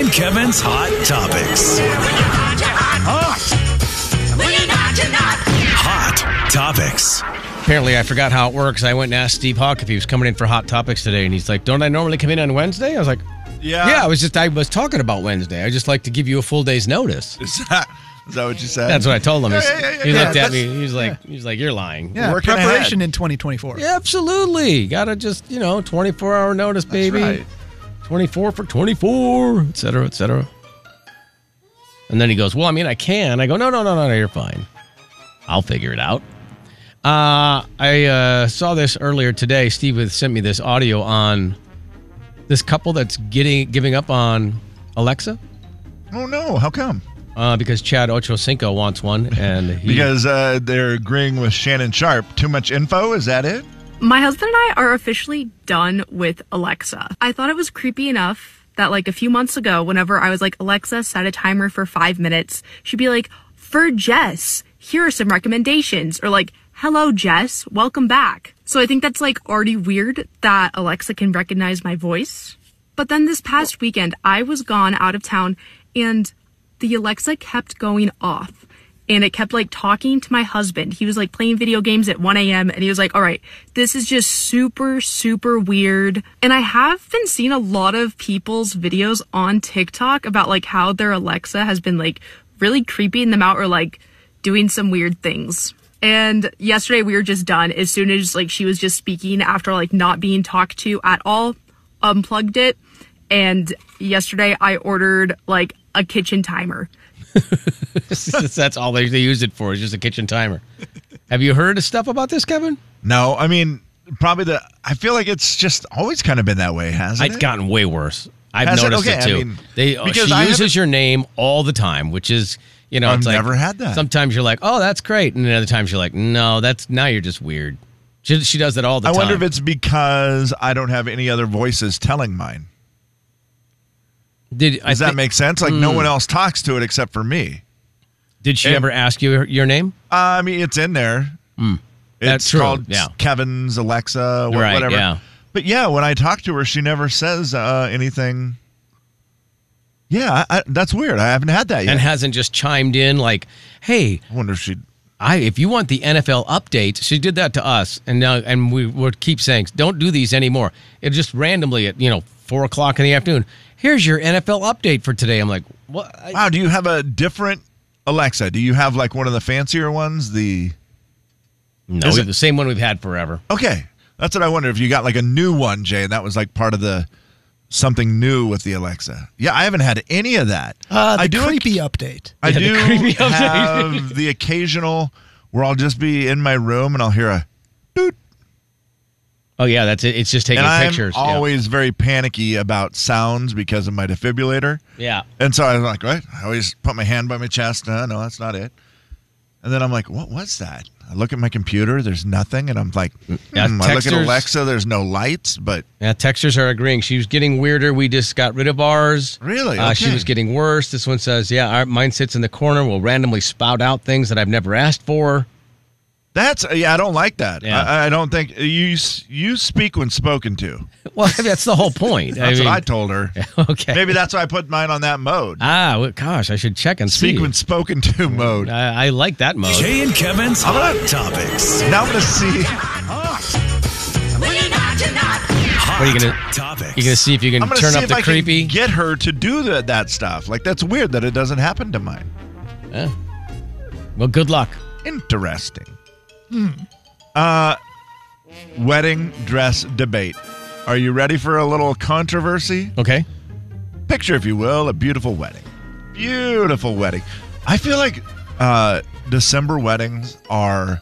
and Kevin's Hot Topics. Hot Topics. Apparently, I forgot how it works. I went and asked Steve Hawk if he was coming in for hot topics today, and he's like, "Don't I normally come in on Wednesday?" I was like, Yeah. "Yeah, I was just I was talking about Wednesday. I just like to give you a full day's notice." Is that, is that what you said? That's what I told him. Yeah, He's- yeah, yeah, he yeah. looked at That's- me. He's like, "He's like, you're lying." Yeah, Working preparation ahead. in 2024. Yeah, absolutely. Gotta just you know, 24 hour notice, That's baby. right. 24 for 24, et cetera, et cetera. And then he goes, Well, I mean, I can. I go, No, no, no, no, no, you're fine. I'll figure it out. Uh, I uh, saw this earlier today. Steve had sent me this audio on this couple that's getting giving up on Alexa Oh no! How come? uh, because Chad Ochocinco wants one, and he, Because uh, they're agreeing with Shannon Sharp. Too much info? Is that it? My husband and I are officially done with Alexa. I thought it was creepy enough that, like, a few months ago, whenever I was like, Alexa, set a timer for five minutes, she'd be like, For Jess, here are some recommendations, or like, Hello, Jess, welcome back. So I think that's like already weird that Alexa can recognize my voice. But then this past weekend, I was gone out of town and the Alexa kept going off and it kept like talking to my husband. He was like playing video games at 1 a.m. and he was like, all right, this is just super, super weird. And I have been seeing a lot of people's videos on TikTok about like how their Alexa has been like really creeping them out or like doing some weird things. And yesterday we were just done. As soon as like she was just speaking after like not being talked to at all, unplugged it. And yesterday I ordered like a kitchen timer. that's all they, they use it for is just a kitchen timer. Have you heard of stuff about this, Kevin? No. I mean, probably the. I feel like it's just always kind of been that way, hasn't It's it? gotten way worse. I've Has it? noticed it, Okay, I too. mean, they uh, because she I haven't- uses your name all the time, which is you know I've it's like- never had that. Sometimes you're like, oh, that's great, and then other times you're like, no, that's now you're just weird. She, she does that all the I time. wonder if it's because I don't have any other voices telling mine. did I Does that thi- Hmm. make sense? Like no one else talks to it except for me. did she Yeah. ever ask you her- your name? Uh, I mean, it's in there. Hmm. That's it's true, called yeah. Kevin's Alexa, wha- Right, whatever. yeah. But yeah, when I talk to her, she never says uh, anything. Yeah, I, I, that's weird. I haven't had that yet. And hasn't just chimed in like, hey, I wonder if she. I if you want the NFL updates, she did that to us, and now and we would keep saying, don't do these anymore. It just randomly at you know four o'clock in the afternoon. Here's your NFL update for today. I'm like, what? I- Wow, do you have a different Alexa? Do you have like one of the fancier ones? The No, Is we it- have the same one we've had forever. okay, that's what I wonder if you got like a new one, Jay, and that was like part of the something new with the Alexa. Yeah, I haven't had any of that. Uh, the I do creepy update. I Yeah, the do creepy update. have the occasional where I'll just be in my room and I'll hear a doot, Oh yeah, that's it. It's just taking and I'm pictures. yeah. always very panicky about sounds because of my defibrillator. yeah. And so I'm like, what? I always put my hand by my chest. No, no, that's not it. And then I'm like, what was that? I look at my computer. There's nothing, and I'm like, hmm, Yeah, I look at texters- Alexa. There's no lights, but Yeah, texters are agreeing. She was getting weirder. We just got rid of ours. Really? Uh, She Okay. was getting worse. This one says, "Yeah, our, mine sits in the corner. Will randomly spout out things that I've never asked for." that's uh, yeah. I don't like that. Yeah. I, I don't think uh, you s- you speak when spoken to. Well, that's the whole point. That's mean, what I told her. okay. Maybe that's why I put mine on that mode. Ah, well, gosh, I should check and Speak see. when spoken to mode. I, I like that mode. Jay and Kevin's Hot Topics. Now I'm gonna see. Hot What are you gonna- Topics. You gonna see if you can I'm gonna turn see up if the I creepy. can get her to do that that stuff. Like that's weird that it doesn't happen to mine. Yeah. Well, good luck. Interesting. Uh, wedding dress debate. Are you ready for a little controversy? Okay. Picture, if you will, a beautiful wedding. Beautiful wedding. I feel like uh, December weddings are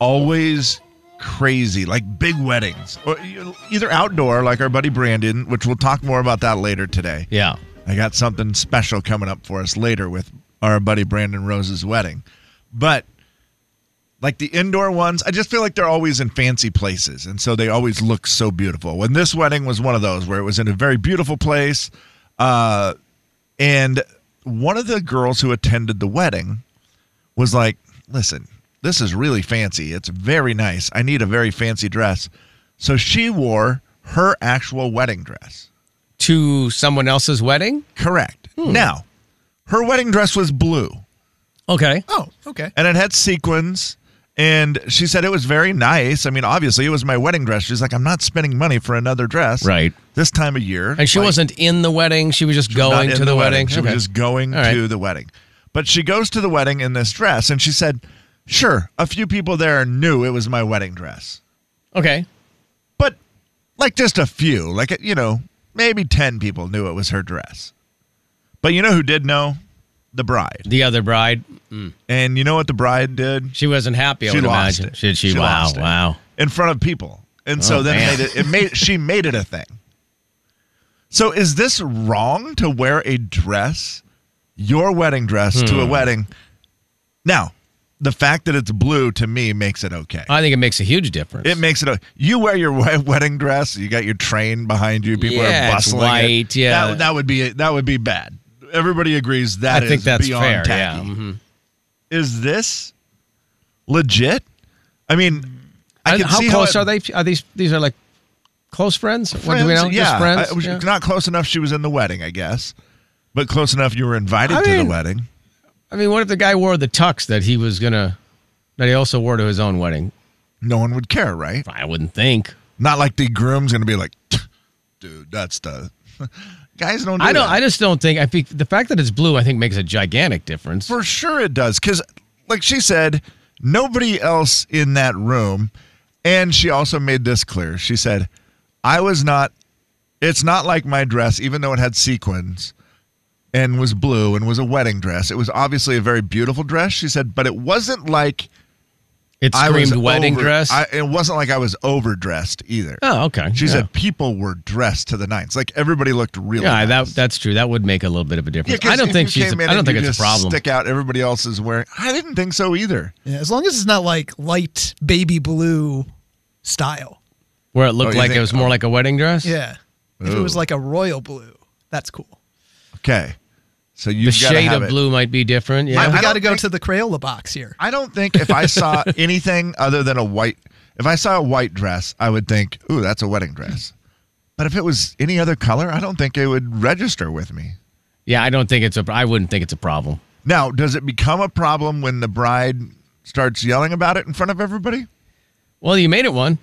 always crazy, like big weddings, or you- either outdoor, like our buddy Brandon, which we'll talk more about that later today. Yeah. I got something special coming up for us later with our buddy Brandon Rose's wedding. But like the indoor ones, I just feel like they're always in fancy places. And so they always look so beautiful. When this wedding was one of those where it was in a very beautiful place. Uh, and one of the girls who attended the wedding was like, listen, this is really fancy. It's very nice. I need a very fancy dress. So she wore her actual wedding dress. To someone else's wedding. Correct. Hmm. Now, her wedding dress was blue. Okay. Oh, okay. and it had sequins. And she said it was very nice. I mean, obviously, it was my wedding dress. She's like, I'm not spending money for another dress. Right. This time of year. And she Like, wasn't in the wedding. She was just not going in to the, wedding. She Okay. was just going All right. to the wedding. But she goes to the wedding in this dress. And she said, Sure, a few people there knew it was my wedding dress. Okay. But like just a few, like, you know, maybe 10 people knew it was her dress. But you know who did know? The bride. The other bride, And you know what the bride did? she wasn't happy. I She would lost imagine. it. Should she? She wow. lost it. Wow. in front of people, and so Oh, then man. made it, it made she made it a thing. So is this wrong to wear a dress, your wedding dress, to a Hmm. wedding? Now, the fact that it's blue to me makes it okay. I think it makes a huge difference. it makes it. o- You wear your we- wedding dress. You got your train behind you. People Yeah, are it's bustling. white, It. yeah. that, that would be that would be bad. Everybody agrees that I think is that's beyond fair. tacky Yeah. Mhm. is this legit? I mean, I And can how see close how it- are they? Are these these are like close friends? What do we know? Yeah, Just friends. I- it was Yeah. not close enough. She was in the wedding, I guess, but close enough. You were invited I to mean- the wedding. I mean, what if the guy wore the tux that he was gonna that he also wore to his own wedding? No one would care, right? I wouldn't think. Not like the groom's going to be like, "Tch, dude, that's the guys don't. Do I don't. that." I just don't think. I think the fact that it's blue, I think, makes a gigantic difference. For sure it does. Because, like she said, nobody else in that room. And she also made this clear. She said, I was not, it's not like my dress, even though it had sequins and was blue and was a wedding dress. It was obviously a very beautiful dress, she said, but it wasn't like it I was screamed wedding over- dress. I, it wasn't like I was overdressed either. oh, okay. She yeah. said people were dressed to the nines. Like everybody looked really Yeah, that nice. that's true. That would make a little bit of a difference. 'cause I don't if think you she's. came in I don't and think you it's a just problem. Stick out. Everybody else is wearing. I didn't think so either. Yeah, as long as it's not like light baby blue style. Where it looked Oh, you like it think- was more like a wedding dress. Yeah. If it was Ooh. like a royal blue, that's cool. Okay, so you the shade of blue might be different. Yeah. I we don't got to go think- to the Crayola box here. I don't think if I saw anything other than a white, if I saw a white dress, I would think, "Ooh, that's a wedding dress." But if it was any other color, I don't think it would register with me. yeah, I don't think it's a. I wouldn't think it's a problem. Now, does it become a problem when the bride starts yelling about it in front of everybody? Well, you made it one.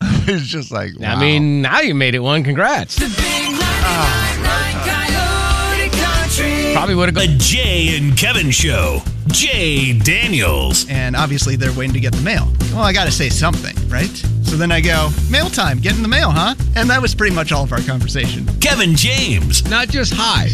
It's just like, I wow. mean, now you made it one. Congrats. Probably would have The gone. Jay and Kevin Show. Jay Daniels. and obviously they're waiting to get the mail. Well, I got to say something, right? So then I go, mail time, getting the mail, huh? And that was pretty much all of our conversation. Kevin James. Not just hi.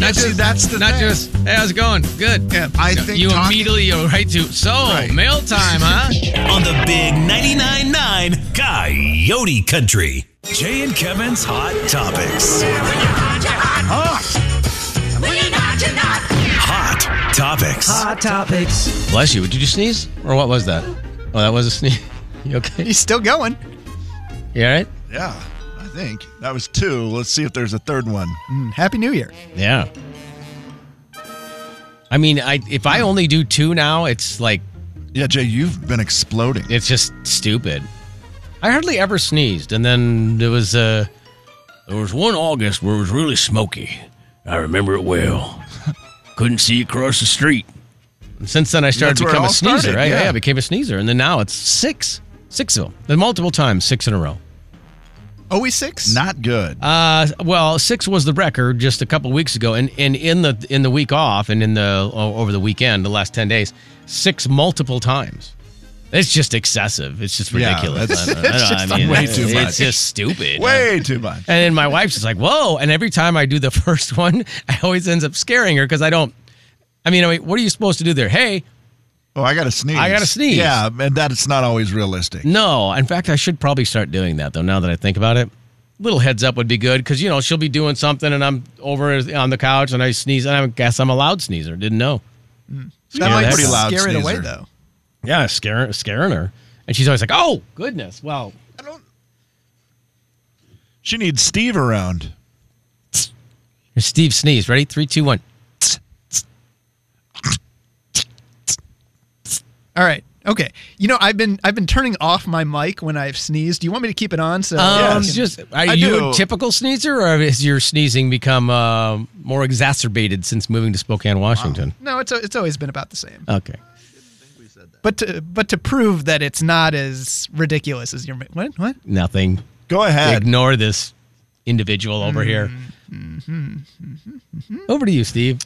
not see, just that's the Not thing. just hey, how's it going? Good. Yeah, I think You talking- immediately go right to so Right. mail time, huh? on the big 99.9 Coyote Country. Jay and Kevin's Hot Topics. Hot Topics. Bless you. Did you sneeze or what was that? Oh, that was a sneeze. You okay? he's still going. You all right? yeah, I think that was two. Let's see if there's a third one. Mm, Happy New Year. Yeah. I mean, I if I only do two now, it's like Yeah, Jay, you've been exploding. it's just stupid. I hardly ever sneezed, and then there was uh, there was one August where it was really smoky. I remember it well. Couldn't see across the street. And since then, I started That's to become where it a all sneezer. started, right? yeah. Yeah, I became a sneezer, and then now it's six, six of them, and multiple times, six in a row. Always six? Not good. Uh, well, six was the record just a couple weeks ago, and, and in the in the week off, and in the o- over the weekend, the last ten days, six multiple times. It's just excessive. It's just Yeah, ridiculous. that's- I don't- I don't- it's I just mean, way too it's much. just stupid. Way too much. And then my wife's just like, "Whoa!" And every time I do the first one, I always ends up scaring her because I don't. I mean, I mean, what are you supposed to do there? Hey, Oh, I got to sneeze. I gotta sneeze. Yeah, and that's not always realistic. No. In fact, I should probably start doing that though. Now that I think about it, little heads up would be good because you know she'll be doing something and I'm over on the couch and I sneeze and I guess I'm a loud sneezer. Didn't know. that Yeah, might that's- pretty Pretty loud scare it away, sneezer. though. Yeah, scaring scaring her, and she's always like, "Oh goodness, well." I don't. She needs Steve around. Steve sneeze. Ready? Three, two, one. All right. Okay. You know, I've been I've been turning off my mic when I've sneezed. Do you want me to keep it on? So Um, Yes. Just are I you a do. typical sneezer, or has your sneezing become uh, more exacerbated since moving to Spokane, Washington? no, it's it's always been about the same. Okay. But to but to prove that it's not as ridiculous as your ma- what what Nothing. Go ahead. Ignore this individual over here. Mm-hmm. Over to you, Steve.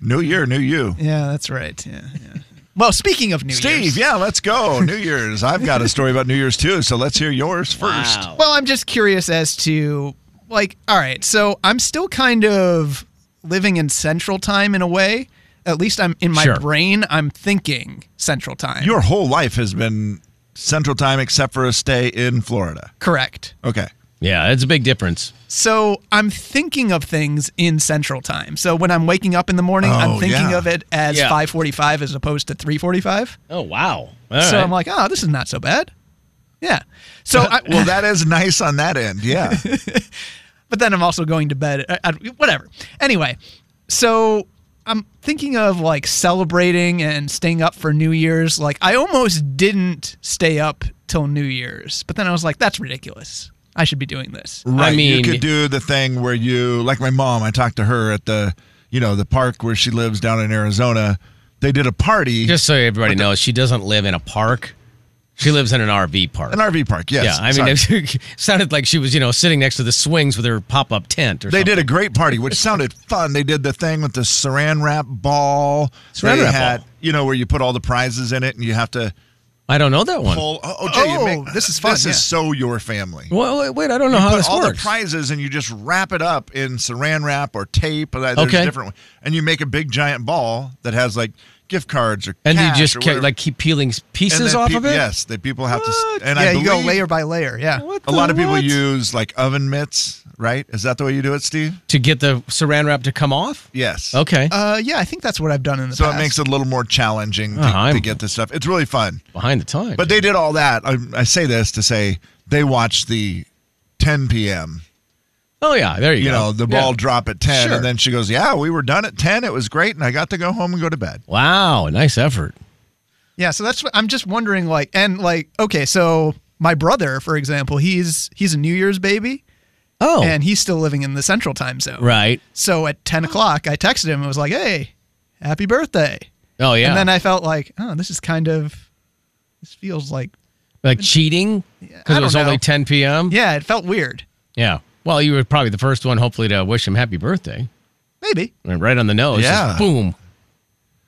New year, new you. yeah that's right yeah yeah. Well, speaking of New Steve, Year's, yeah, let's go. New Year's. I've got a story about New Year's too, so let's hear yours first. Well, I'm just curious as to like, all right, so I'm still kind of living in central time in a way. At least I'm in my Sure. brain, I'm thinking central time. Your whole life has been Central Time except for a stay in Florida. correct. Okay. Yeah, it's a big difference. So I'm thinking of things in central time. So when I'm waking up in the morning, Oh, I'm thinking yeah. of it as Yeah. 5:45 as opposed to 3:45. Oh wow! so I'm like, "Oh, this is not so bad." Yeah. So I, Well, that is nice on that end. Yeah. but then I'm also going to bed. I, I, whatever. Anyway, so I'm thinking of like celebrating and staying up for New Year's. Like I almost didn't stay up till New Year's, but then I was like, that's ridiculous. I should be doing this. I mean, you could do the thing where you, like my mom, I talked to her at the, you know, the park where she lives down in Arizona. They did a party, just so everybody knows, she doesn't live in a park. She lives in an RV park. an RV park. Yes. yeah, I mean, sorry. it sounded like she was, you know, sitting next to the swings with her pop-up tent or They something. did a great party, which sounded fun. They did the thing with the saran wrap ball. Saran they wrap had, ball. you know, where you put all the prizes in it and you have to I don't know that one. pull. Oh, oh, Jay, you Oh, make- this is fun, This yeah. is so your family. Well, wait, wait, I don't know how put this all works. the prizes and you just wrap it up in saran wrap or tape. Or that, there's Okay. different, and you make a big giant ball that has like gift cards or and you cash just or ca- whatever. like keep peeling s- And pieces then off peop- of it. Yes, that people have to. s- And yeah, I you believe go layer by layer. Yeah. a lot of people use like oven mitts, right? Is that the way you do it, Steve? to get the Saran wrap to come off. Yes. Okay, Uh, yeah, I think that's what I've done in the So past. it makes it a little more challenging to, Uh, I'm- to get the stuff. It's really fun. behind the time. But they did all that. I, I say this to say they watched the 10 p.m. oh yeah, there you, You go. know, the ball Yeah. drop at 10. Sure. And then she goes, Yeah, we were done at 10. It was great. And I got to go home and go to bed. Wow, nice effort. Yeah, so that's what I'm just wondering like and like okay, so my brother, for example, he's he's a New Year's baby Oh, and he's still living in the central time zone. right. So at ten o'clock I texted him and was like, Hey, happy birthday. Oh yeah. And then I felt like, oh, this is kind of this feels like like cheating because I it was don't know. only 10 p.m. yeah, it felt weird. Yeah. Well, you were probably the first one, hopefully, to wish him happy birthday. Maybe. I mean, right on the nose. Yeah. just boom.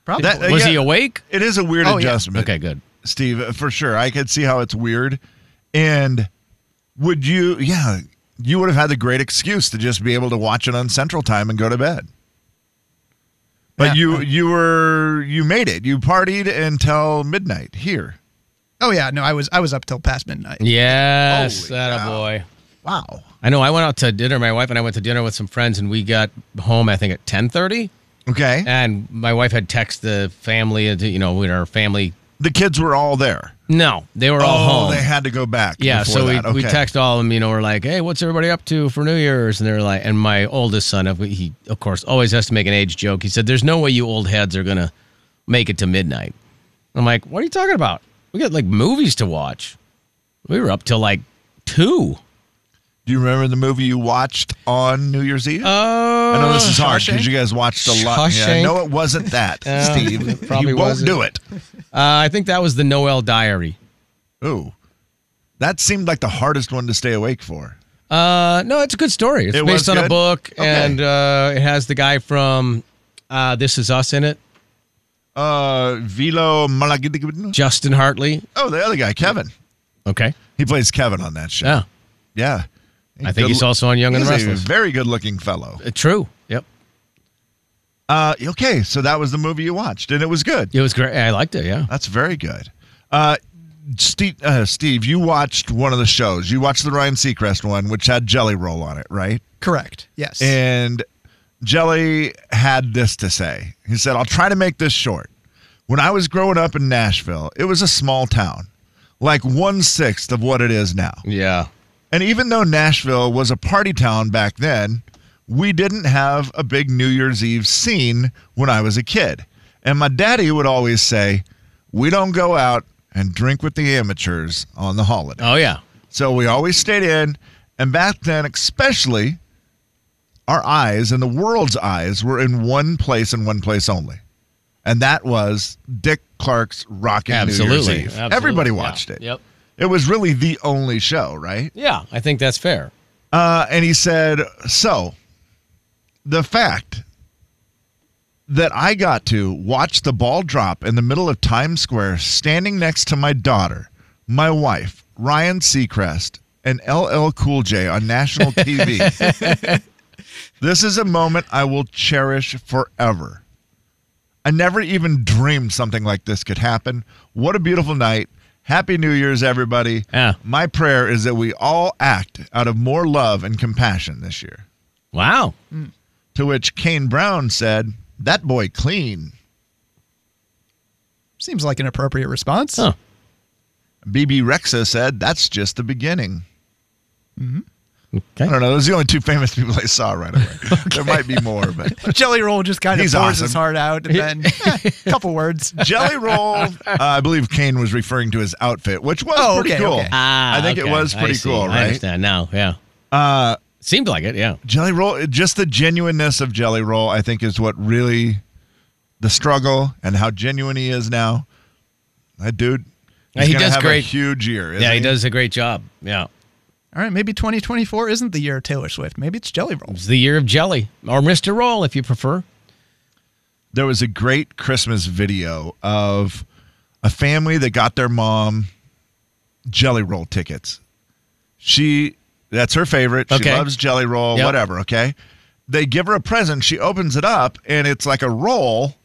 Probably. That- Was he Yeah. awake? It is a weird Oh, yeah. adjustment. Okay, good. Steve, for sure. I could see how it's weird. And would you, yeah, you would have had the great excuse to just be able to watch it on Central Time and go to bed. But Yeah. you, you were, you made it. You partied until midnight here. oh yeah, no, I was I was up till past midnight. Yes, Holy that a cow. boy. Wow. I know. I went out to dinner. My wife and I went to dinner with some friends, and we got home. I think at 10:30, Okay. and my wife had texted the family. uh, to- You know, with our family. the kids were all there. No, they were all oh, home. they had to go back. yeah, before so we, that. we Okay. text all of them, you know, we're like, hey, what's everybody up to for New Year's? And they're like, and my oldest son, of- he, of course, always has to make an age joke. He said, there's no way you old heads are going to make it to midnight. I'm like, what are you talking about? We got like movies to watch. We were up till like two. Do you remember the movie you watched on New Year's Eve? Oh, I know this is hard because you guys watched a lot. Yeah, Shawshank? no, it wasn't that, Uh, Steve. it probably you won't wasn't. do it. I think that was the Noel Diary. Ooh, that seemed like the hardest one to stay awake for. Uh, no, it's a good story. It's It was based on a good? book, Okay. and uh, it has the guy from uh, This Is Us in it, Uh, Vilo Malagidigibin. Justin Hartley. Oh, the other guy, Kevin. Okay. He plays Kevin on that show. Yeah. Yeah. I think he's good- also on Young and the he's a Restless. very good-looking fellow. Uh, True. Yep. Uh, okay, so that was the movie you watched, and it was good. It was great. I liked it. Yeah. That's very good. Uh, Steve, uh, Steve, you watched one of the shows. You watched the Ryan Seacrest one, which had Jelly Roll on it, right? Correct. Yes. And Jelly had this to say. He said, I'll try to make this short. When I was growing up in Nashville, it was a small town, like one sixth of what it is now. Yeah. And even though Nashville was a party town back then, we didn't have a big New Year's Eve scene when I was a kid. And my daddy would always say, We don't go out and drink with the amateurs on the holiday. Oh yeah. So we always stayed in. And back then, especially, our eyes and the world's eyes were in one place and one place only. And that was Dick Clark's Rockin' New Year's Absolutely. Eve. Absolutely. Everybody Yeah. watched it. Yep. It was really the only show, right? Yeah, I think that's fair. Uh, and he said, So the fact that I got to watch the ball drop in the middle of Times Square standing next to my daughter, my wife, Ryan Seacrest, and LL Cool J on national TV. this is a moment I will cherish forever. I never even dreamed something like this could happen. What a beautiful night. Happy New Year's, everybody. Yeah. My prayer is that we all act out of more love and compassion this year. Wow. To which Kane Brown said, That boy clean. Seems like an appropriate response. Huh. BB Rexa said, That's just the beginning. Mm-hmm. I Okay. don't know. Those are the only two famous people I saw right away. There might be more, but Jelly Roll just kind of He's pours his awesome. heart out and then eh, a couple words. Jelly Roll. uh, I believe Kane was referring to his outfit, which was Oh, pretty okay, cool. okay. Ah, I think it okay. was I pretty see. cool, I right? understand now. Yeah. Uh, Seemed like it. Yeah. Jelly Roll, just the genuineness of Jelly Roll, I think, is what really the struggle and how genuine he is now. That dude, Yeah, he's he gonna does have great. A huge year. Yeah, isn't he does a great job. Yeah. All right, maybe 2024 isn't the year of Taylor Swift. Maybe it's Jelly Roll. It's the year of jelly or Mr. Roll if you prefer. there was a great Christmas video of a family that got their mom jelly roll tickets. She that's her favorite. She Okay. loves jelly roll, Yep. whatever, okay? They give her a present, she opens it up and it's like a roll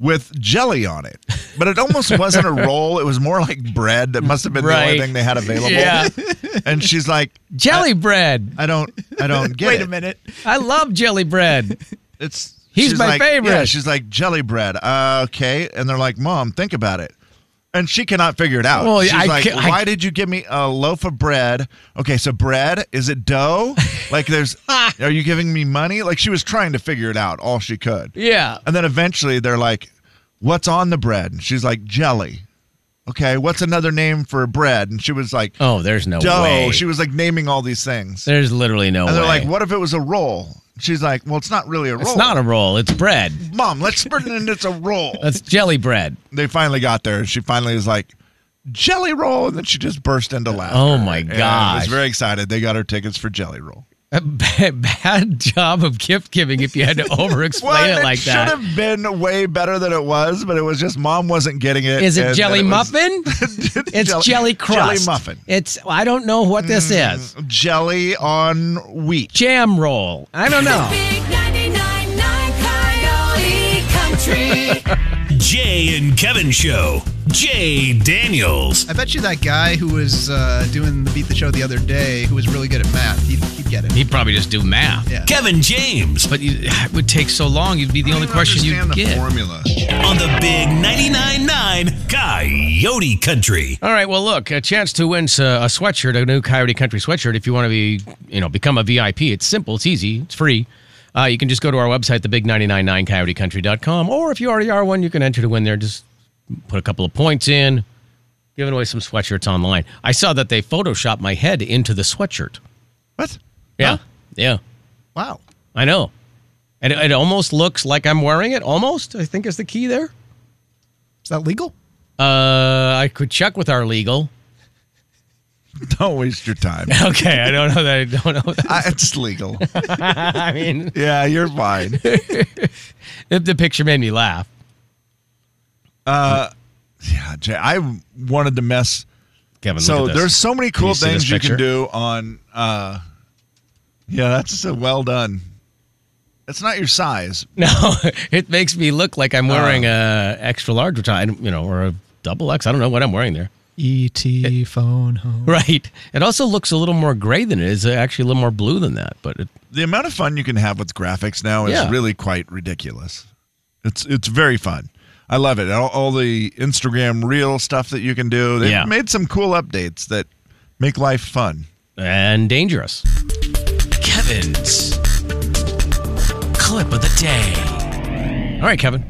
with jelly on it. But it almost wasn't a roll, it was more like bread that must have been the Right. only thing they had available. Yeah. And she's like, Jelly bread. I don't I don't get Wait it. a minute. I love jelly bread. It's He's she's my like- favorite. Yeah, she's like jelly bread. Uh, okay, and they're like, Mom, think about it. And she cannot figure it out. Well, she's I like, ca- I- Why did you give me a loaf of bread? Okay, so bread is it dough? like, there's are you giving me money? Like she was trying to figure it out all she could. Yeah. And then eventually they're like, What's on the bread? And she's like, Jelly. Okay, what's another name for bread? And she was like, Oh, there's no Dough. way. She was like naming all these things. there's literally no and they're way. like, What if it was a roll? She's like, Well, it's not really a roll. It's not a roll. It's bread. Mom, let's pretend it's a roll. That's jelly bread. they finally got there. She finally is like, Jelly Roll. And then she just burst into laughter. Oh, my And I was gosh. very excited. They got her tickets for Jelly Roll. A bad, bad job of gift giving if you had to over explain Well, it like should that. have been way better than it was, but it was just mom wasn't getting it. Is it and jelly then it was- muffin? it's jelly, crust. Jelly muffin. Mm. It's I don't know what this is. Jelly on wheat. Jam roll. I don't know. Big 99.9 Coyote Country. Jay and Kevin Show. Jay Daniels. I bet you that guy who was uh, doing the Beat the Show the other day, who was really good at math, he'd, he'd get it. He'd probably just do math. Yeah. Kevin James But you, it would take so long. You'd be the only I don't question understand you'd the get. formula. on the big 99.9 Coyote Country. All right. Well, look, a chance to win s- uh, a sweatshirt, a new Coyote Country sweatshirt. If you want to be, you know, become a VIP, it's simple, it's easy, it's free. Uh, you can just go to our website, thebig999coyotecountry.com, or if you already are one, you can enter to win there. Just put a couple of points in, giving away some sweatshirts online. I saw that they photoshopped my head into the sweatshirt. What? Yeah. Yeah. Wow. I know. And it, it almost looks like I'm wearing it. Almost, I think is the key there. Is that legal? Uh, I could check with our legal. Don't waste your time. Okay, I don't know that. I don't know. That. I, it's legal. I mean, Yeah, you're fine. the, the picture made me laugh. Yeah, Jay, I wanted to mess. Kevin, look So at this. there's so many Can cool see things this you can picture? do on. uh Yeah, that's a well done. It's not your size. No, it makes me look like I'm wearing a extra large, which I, don't- you know, or a double X. I don't know what I'm wearing there. E.T. phone home. Right. It also looks a little more gray than it is. uh, Actually, a little more blue than that. But it, The amount of fun you can have with graphics now is Yeah. really quite ridiculous. It's it's very fun. I love it. All, all the Instagram reel stuff that you can do. They've Yeah. made some cool updates that make life fun. and dangerous. Kevin's clip of the day. All right, Kevin.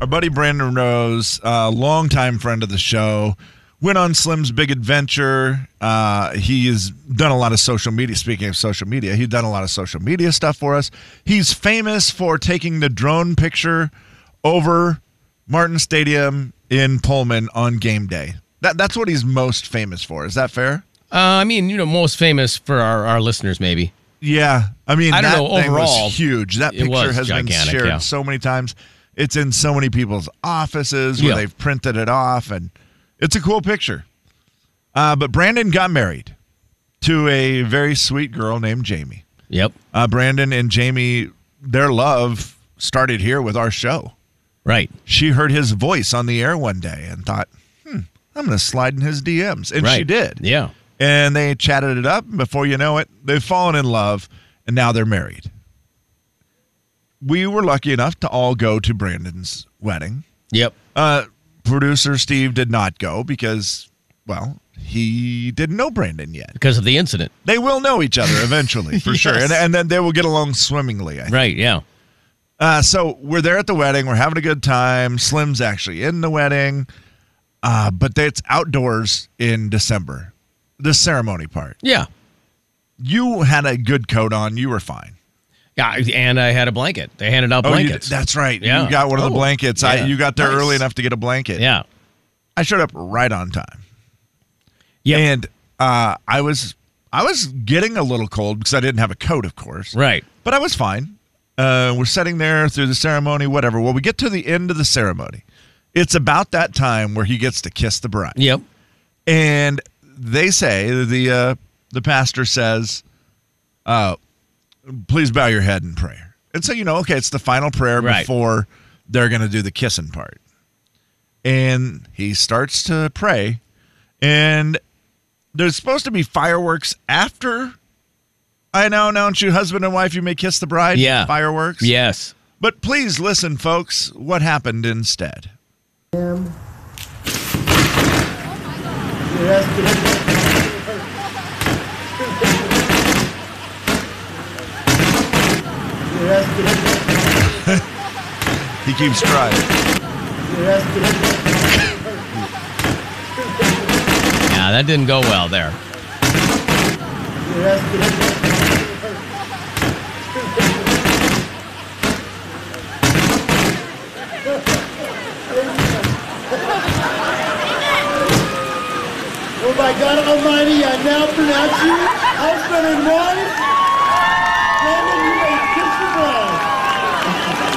Our buddy Brandon Rose, uh, longtime friend of the show, went on Slim's Big Adventure. Uh, he has done a lot of social media. Speaking of social media, he's done a lot of social media stuff for us. He's famous for taking the drone picture over Martin Stadium in Pullman on game day. That, that's what he's most famous for. Is that fair? Uh, I mean, you know, most famous for our, our listeners, maybe. Yeah, I mean, I don't that know, thing overall, was huge. That it picture was has been gigantic, shared yeah. so many times. It's in so many people's offices where Yeah. they've printed it off, and it's a cool picture. Uh, but Brandon got married to a very sweet girl named Jamie. Yep. Uh, Brandon and Jamie, their love started here with our show. Right. She heard his voice on the air one day and thought, "Hmm, I'm going to slide in his DMs," and Right. she did Yeah. and they chatted it up. And before you know it, they've fallen in love and now they're married. We were lucky enough to all go to Brandon's wedding. Yep. Uh, producer Steve did not go because, well, he didn't know Brandon yet. Because of the incident. They will know each other eventually, for sure. And, and then they will get along swimmingly, I think. Right. Yeah. Uh, so we're there at the wedding. We're having a good time. Slim's actually in the wedding, uh, but it's outdoors in December, the ceremony part. Yeah. you had a good coat on. You were fine. Yeah. I- And I had a blanket. They handed out Oh, you- blankets. that's right. Yeah. You got one of the Oh, blankets. I, yeah. you got there Nice. early enough to get a blanket. yeah. I showed up right on time. Yep. And uh, I was I was getting a little cold because I didn't have a coat, of course. Right. But I was fine. Uh, we're sitting there through the ceremony, whatever. Well, we get to the end of the ceremony. It's about that time where he gets to kiss the bride. Yep. and they say the uh, the pastor says, uh, "Please bow your head in prayer." And so you know, okay, it's the final prayer Right. before they're going to do the kissing part. And he starts to pray, and there's supposed to be fireworks after. I now announce you, husband and wife, you may kiss the bride. Yeah. Fireworks. Yes. But please listen, folks, what happened instead. Oh he keeps trying. Yeah. That didn't go well there. Oh my God Almighty, I now pronounce you husband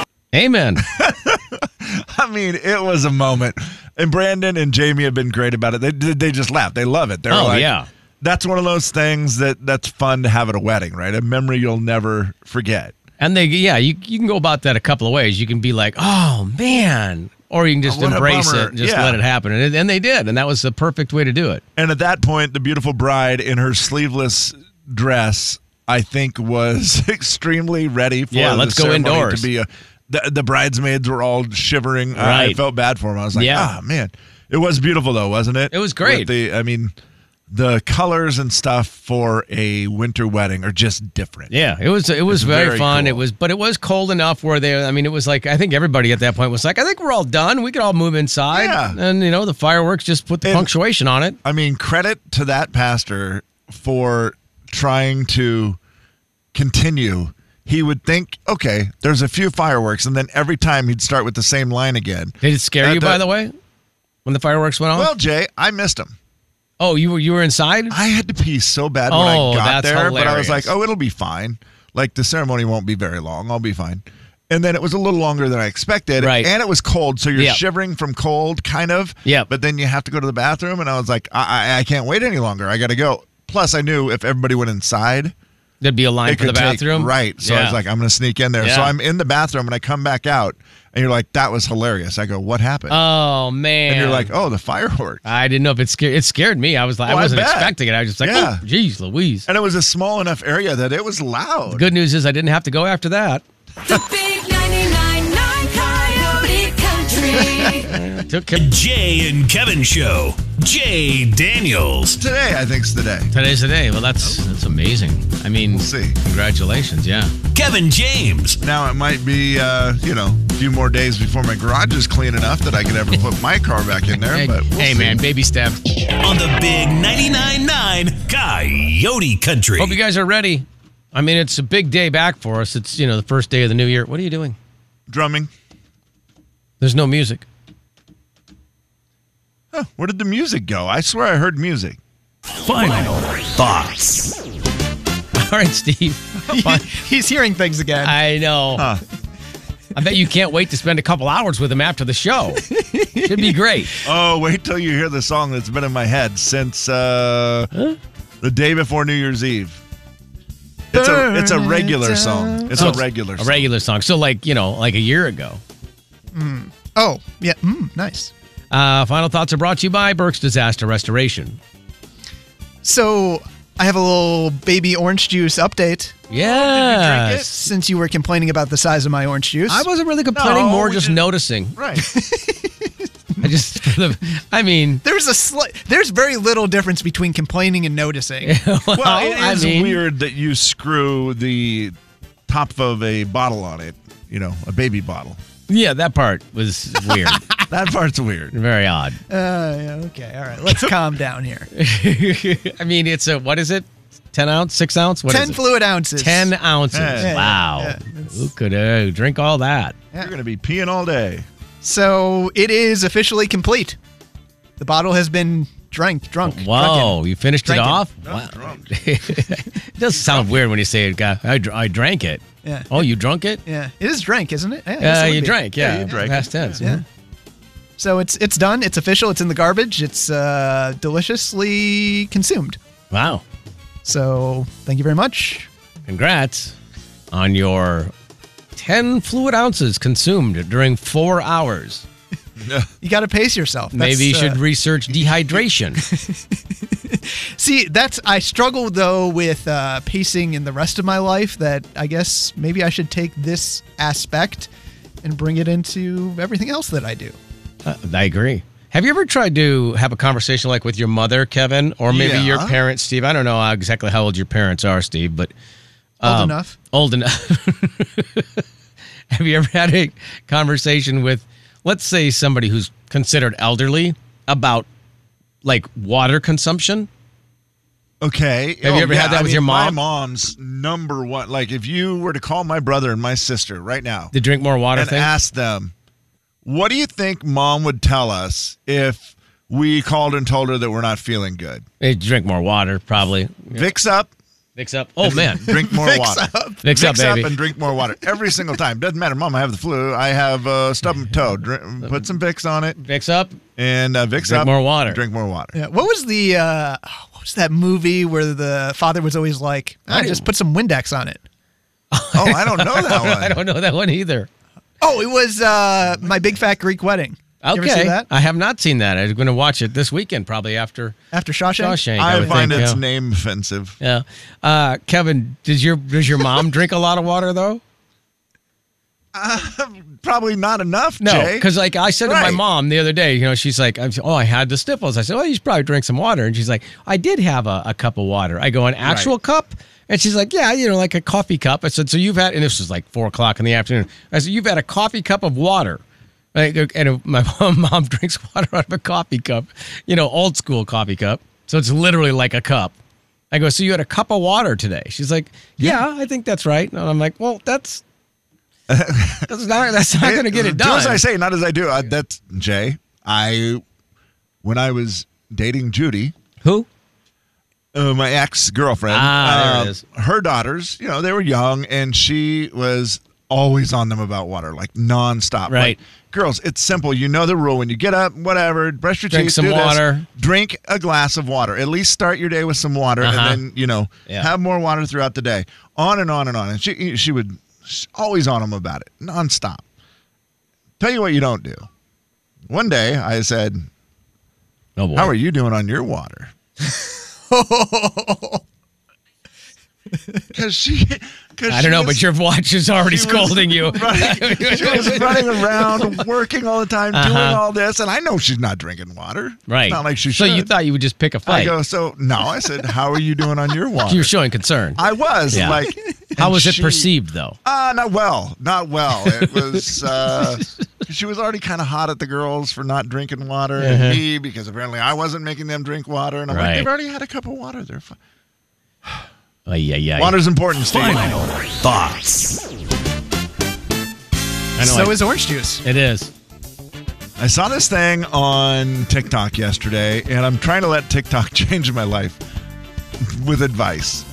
and wife. Brandon, you may kiss your bride. Amen. I mean, it was a moment. And Brandon and Jamie have been great about it. They they just laugh. They love it. They're Oh, like, yeah. That's one of those things that that's fun to have at a wedding, right? A memory you'll never forget. and they, yeah, you, you can go about that a couple of ways. You can be like, oh, man. Or you can just What a embrace bummer. it and just Yeah. let it happen. And, it, and they did. And that was the perfect way to do it. And at that point, the beautiful bride in her sleeveless dress, I think, was extremely ready for Yeah, the let's go ceremony indoors. To be a, the, the bridesmaids were all shivering. I- I Right. felt bad for them. I was like, Yeah. ah, man, it was beautiful though, wasn't it? It was great. With The I mean, the colors and stuff for a winter wedding are just different. Yeah, it was it was It's very, very fun. cool. It was, but it was cold enough where they. I mean, it was like I think everybody at that point was like, I think we're all done. We could all move inside, Yeah. and you know the fireworks just put the And- punctuation on it. I mean, credit to that pastor for trying to continue. He would think, okay, there's a few fireworks, and then every time he'd start with the same line again. Did it scare That- you, by that- the way, when the fireworks went on? Well, Jay, I missed him. oh, you were you were inside. I had to pee so bad when Oh, I got that's there, but I was hilarious. like, oh, it'll be fine. Like the ceremony won't be very long. I'll be fine. And then it was a little longer than I expected. Right. And it was cold. So you're Yeah. shivering from cold, kind of. Yeah. But then you have to go to the bathroom. And I was like, I, I, I can't wait any longer. I got to go. Plus, I knew if everybody went inside, There'd be a line it for could the bathroom, take right. So I Yeah. was like, I'm going to sneak in there. So Yeah. I'm in the bathroom and I come back out. And you're like, that was hilarious. I go, what happened? oh man, Ah. and you're like, oh, the fireworks. I didn't know if it scared. It scared me. I was like, Oh, I I wasn't bet. expecting it. I was just like, Yeah. oh, geez, Louise. and it was a small enough area that it was loud. Good news is I didn't have to go after that. The big 999 Coyote Country. Took him. Jay and Kevin Show. Jay Daniels. Today, I think's the day. Today's the day. Well, that's that's amazing. I mean, We'll see. congratulations. Yeah. Kevin James. Now it might be, uh, you know, few more days before my garage is clean enough that I could ever put my car back in there. But we'll hey, see. man, baby step. on the big 99.9 Coyote Country. Hope you guys are ready. I mean, it's a big day back for us. It's, you know, the first day of the new year. What are you doing? drumming. There's no music. Huh, where did the music go? I swear I heard music. Final thoughts. All right, Steve. Fine. He's hearing things again. I know. Huh. I bet you can't wait to spend a couple hours with him after the show. Should be great. Oh, wait till you hear the song that's been in my head since uh, the day before New Year's Eve. It's a it's a regular song. It's Oh, a regular A song. regular song. So, like, you know, like a year ago. oh, yeah. Mm, nice. Uh, final thoughts are brought to you by Burke's Disaster Restoration. Oh, So I have a little baby orange juice update. Yes. Since you were complaining about the size of my orange juice, Uh, I wasn't really complaining, No, more we just didn't. noticing. right. I just, I mean, there's a slight, there's very little difference between complaining and noticing. Well, I it is mean- weird that you screw the top of a bottle on it. You know, a baby bottle. yeah, that part was weird. That part's weird. Very odd. Uh, yeah, okay, all right. Let's calm down here. I mean, it's a, what is it? 10 ounce, 6 ounce? What is Ten it? fluid ounces. 10 ounces. Yeah. wow. Yeah, Who could uh, drink all that? You're gonna be peeing all day. So it is officially complete. The bottle has been drank, drunk. Whoa, you finished Drank it it. off? Wow. Drunk. It does sound weird when you say it, guy. I, dr- I drank it. Yeah. Oh, you drunk it? Drunken. Yeah, it is drank, isn't it? Yeah, I guess Yeah, it would Uh, you be. drank. Yeah, you drank Past it. tense. Yeah. So it's it's done. It's official. It's in the garbage. It's uh, deliciously consumed. Wow. So thank you very much. Congrats on your 10 fluid ounces consumed during four hours. You got to pace yourself. That's, Maybe you uh, should research dehydration. See, that's I struggle though with uh, pacing in the rest of my life. That I guess maybe I should take this aspect and bring it into everything else that I do. Uh, I agree. Have you ever tried to have a conversation like with your mother, Kevin, or maybe Yeah. your parents, Steve? I don't know how- exactly how old your parents are, Steve, but Old Um, enough. old enough. Have you ever had a conversation with, let's say, somebody who's considered elderly about like water consumption? Okay. Oh, Have you ever had that with your mom? My mom's number one. Like, if you were to call my brother and my sister right now The drink more water and thing? ask them, what do you think mom would tell us if we called and told her that we're not feeling good? Eh, drink more water, probably. Vicks up, Mix up. Oh, man. drink more water. Mix up, baby. and drink more water every single time. Doesn't matter, mom. I have the flu. I have uh, stubborn toe. Drink, put some Vicks on it Mix up. and uh, Vicks Drink up. more water. Drink more water. Yeah. What was the uh, what was that movie where the father was always like, "I just put some Windex on it." Oh, I don't know that one. I don't know that one either. Oh, it was uh, my big fat Greek wedding. Okay. You ever see that? I have not seen that. I'm going to watch it this weekend, probably after After Shawshank. Shawshank. I, would find think, its yeah. name offensive. Yeah. Uh, Kevin, does your does your mom drink a lot of water though? Probably not enough, No, Jay. because like I said to my Right. mom the other day, you know, she's like, I'm, "Oh, I had the sniffles." I said, "Oh, you should probably drink some water," and she's like, "I did have a, a cup of water." I go, "An actual cup?" And she's like, "Yeah, you know, like a coffee cup." I said, "So you've had?" And this was like four o'clock in the afternoon. I said, "You've had a coffee cup of water." Like, uh, and my mom, mom drinks water out of a coffee cup, you know, old school coffee cup. So it's literally like a cup. I go, so you had a cup of water today? She's like, yeah, I think that's right. And I'm like, well, that's that's not that's not going to get it done. Do as I say, not as I do. Uh, that's Jay. I when I was dating Judy, Who? uh, my ex girlfriend, Ah, there it is. her daughters, you know, they were young, and she was always on them about water, like nonstop. Right. Like, girls, it's simple. You know the rule. When you get up, whatever, brush your Drink teeth, some do this. water. drink a glass of water. At least start your day with some water, Uh-huh. and then you know Yeah. have more water throughout the day. On and on and on. And she she would she's always on them about it, nonstop. Tell you what you don't do. One day I said, Oh boy. "How are you doing on your water?" Because she, cause I don't know, she was- but your watch is already she was scolding you. running- she was running around, working all the time, doing Uh-huh. all this, and I know she's not drinking water. right. It's not like she so should. you thought you would just pick a I fight. go, so no. I said, how are you doing on your water? you were showing concern. I was Yeah. like, How was it she- perceived, though? Uh, not well. Not well. It was. Uh, she was already kind of hot at the girls for not drinking water, Uh-huh. and me because apparently I wasn't making them drink water, and I'm Right. like, they've already had a cup of water. They're fine. Oh, yeah, yeah. Water's important, Steve. Final thoughts. I know So I- is orange juice. it is. I saw this thing on TikTok yesterday, and I'm trying to let TikTok change my life with advice.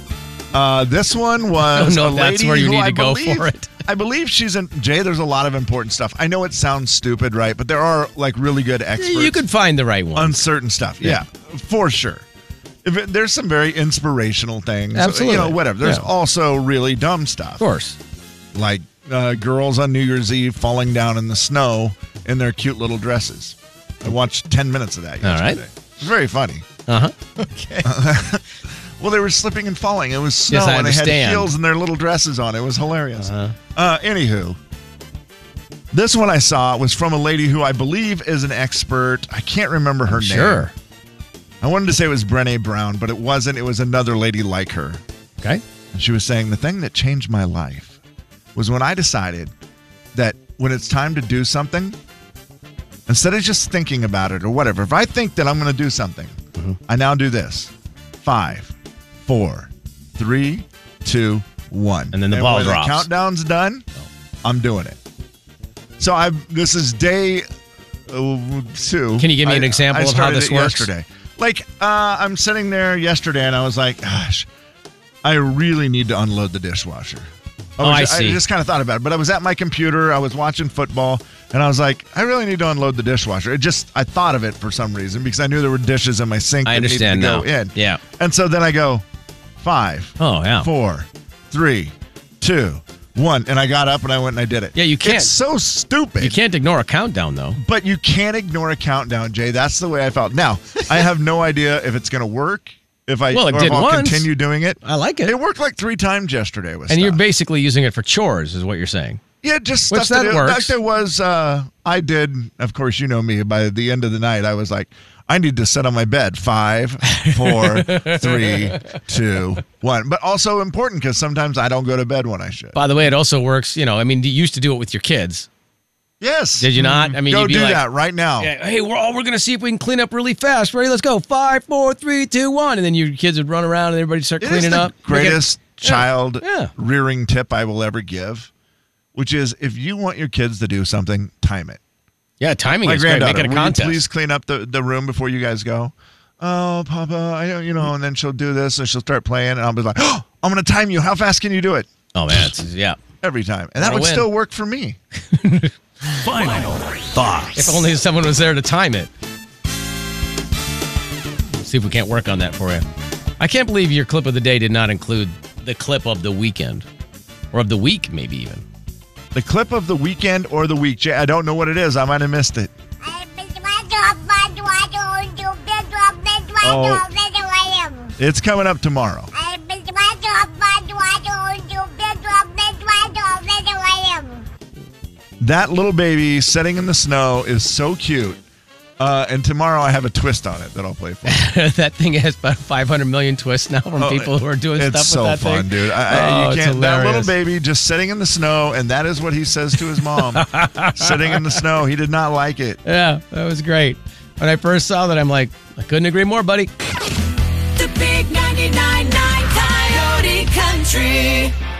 Uh, this one was know a if that's lady where you who need I to go believe- for it. I believe she's in Jay. There's a lot of important stuff. I know it sounds stupid, right? But there are like really good experts You could find the right one. on certain stuff. Yeah, for sure. If it- there's some very inspirational things. Absolutely. You know, whatever. There's Yeah. also really dumb stuff Of course. like uh, girls on New Year's Eve falling down in the snow in their cute little dresses. I watched 10 minutes of that All right. yesterday. It's very funny. Uh huh. Well, they were slipping and falling. It was snow, Yes, I and they had understand. Uh-huh. heels and their little dresses on. It was hilarious. uh anywho, this one I saw was from a lady who I believe is an expert. I can't remember her name. Sure. I wanted to say it was Brene Brown, but it wasn't. It was another lady like her. Okay. And she was saying, The thing that changed my life was when I decided that when it's time to do something, instead of just thinking about it or whatever, if I think that I'm going to do something, Mm-hmm. I now do this five, four, three, two, one. And then the ball when drops. Oh. The countdown's done. I'm doing it. So I this is day uh, two. Can you give me an I- example I of how started this it works? Yesterday, like uh, I'm sitting there yesterday, and I was like, "Gosh, I really need to unload the dishwasher." Oh, I was- see. just kind of thought about it, but I was at my computer, I was watching football, and I was like, "I really need to unload the dishwasher." It just I thought of it for some reason because I knew there were dishes in my sink. I that needed understand to now. Go in. Yeah. And so then I go five, Oh, yeah. four, three, two, one, and I got up and I went and I did it. Yeah, you can't- It's so stupid. You can't ignore a countdown, though. But you can't ignore a countdown, Jay. That's the way I felt. Now, I have no idea if it's going to work. If I Well, it or did if I'll once. continue doing it. I like it. It worked like three times yesterday with And you're stuff. basically using it for chores, is what you're saying. Yeah, just Which stuff to that do. works. Like there was, uh, I did. Of course, you know me. By the end of the night, I was like, I need to sit on my bed. Five, four, three, two, one. But also important because sometimes I don't go to bed when I should. By the way, it also works. You know, I mean, you used to do it with your kids. yes. Did you not? I mean, go you'd be do like, that right now. Yeah, hey, we're all we're gonna see if we can clean up really fast. Ready? Let's go. Five, four, three, two, one, and then your kids would run around and everybody start It is cleaning the up. Look at- Greatest child yeah. rearing tip I will ever give, which is if you want your kids to do something, time it. yeah, timing My is great. Make granddaughter, it a will you contest. please clean up the, the room before you guys go? Oh, Papa, I don't, you know, and then she'll do this and she'll start playing, and I'll be like, oh, I'm going to time you. How fast can you do it? Oh man, it's, yeah. Every time. And that What a would win. still work for me. Final thoughts. If only someone was there to time it. See if we can't work on that for you. I can't believe your clip of the day did not include the clip of the weekend, or of the week, maybe even. The clip of the weekend or the week, Jay, I don't know what it is. I might have missed it. It's coming up tomorrow. That little baby sitting in the snow is so cute. Uh, and tomorrow I have a twist on it that I'll play for. you. that thing has about 500 million twists now from Oh, people who are doing it's stuff with so that fun, thing. dude. I, I- Oh, you it's can't, that little hilarious. baby just sitting in the snow, and that is what he says to his mom. sitting in the snow, he did not like it. Yeah, that was great. When I first saw that, I'm like, I couldn't agree more, buddy. The big 99.9 Coyote Country.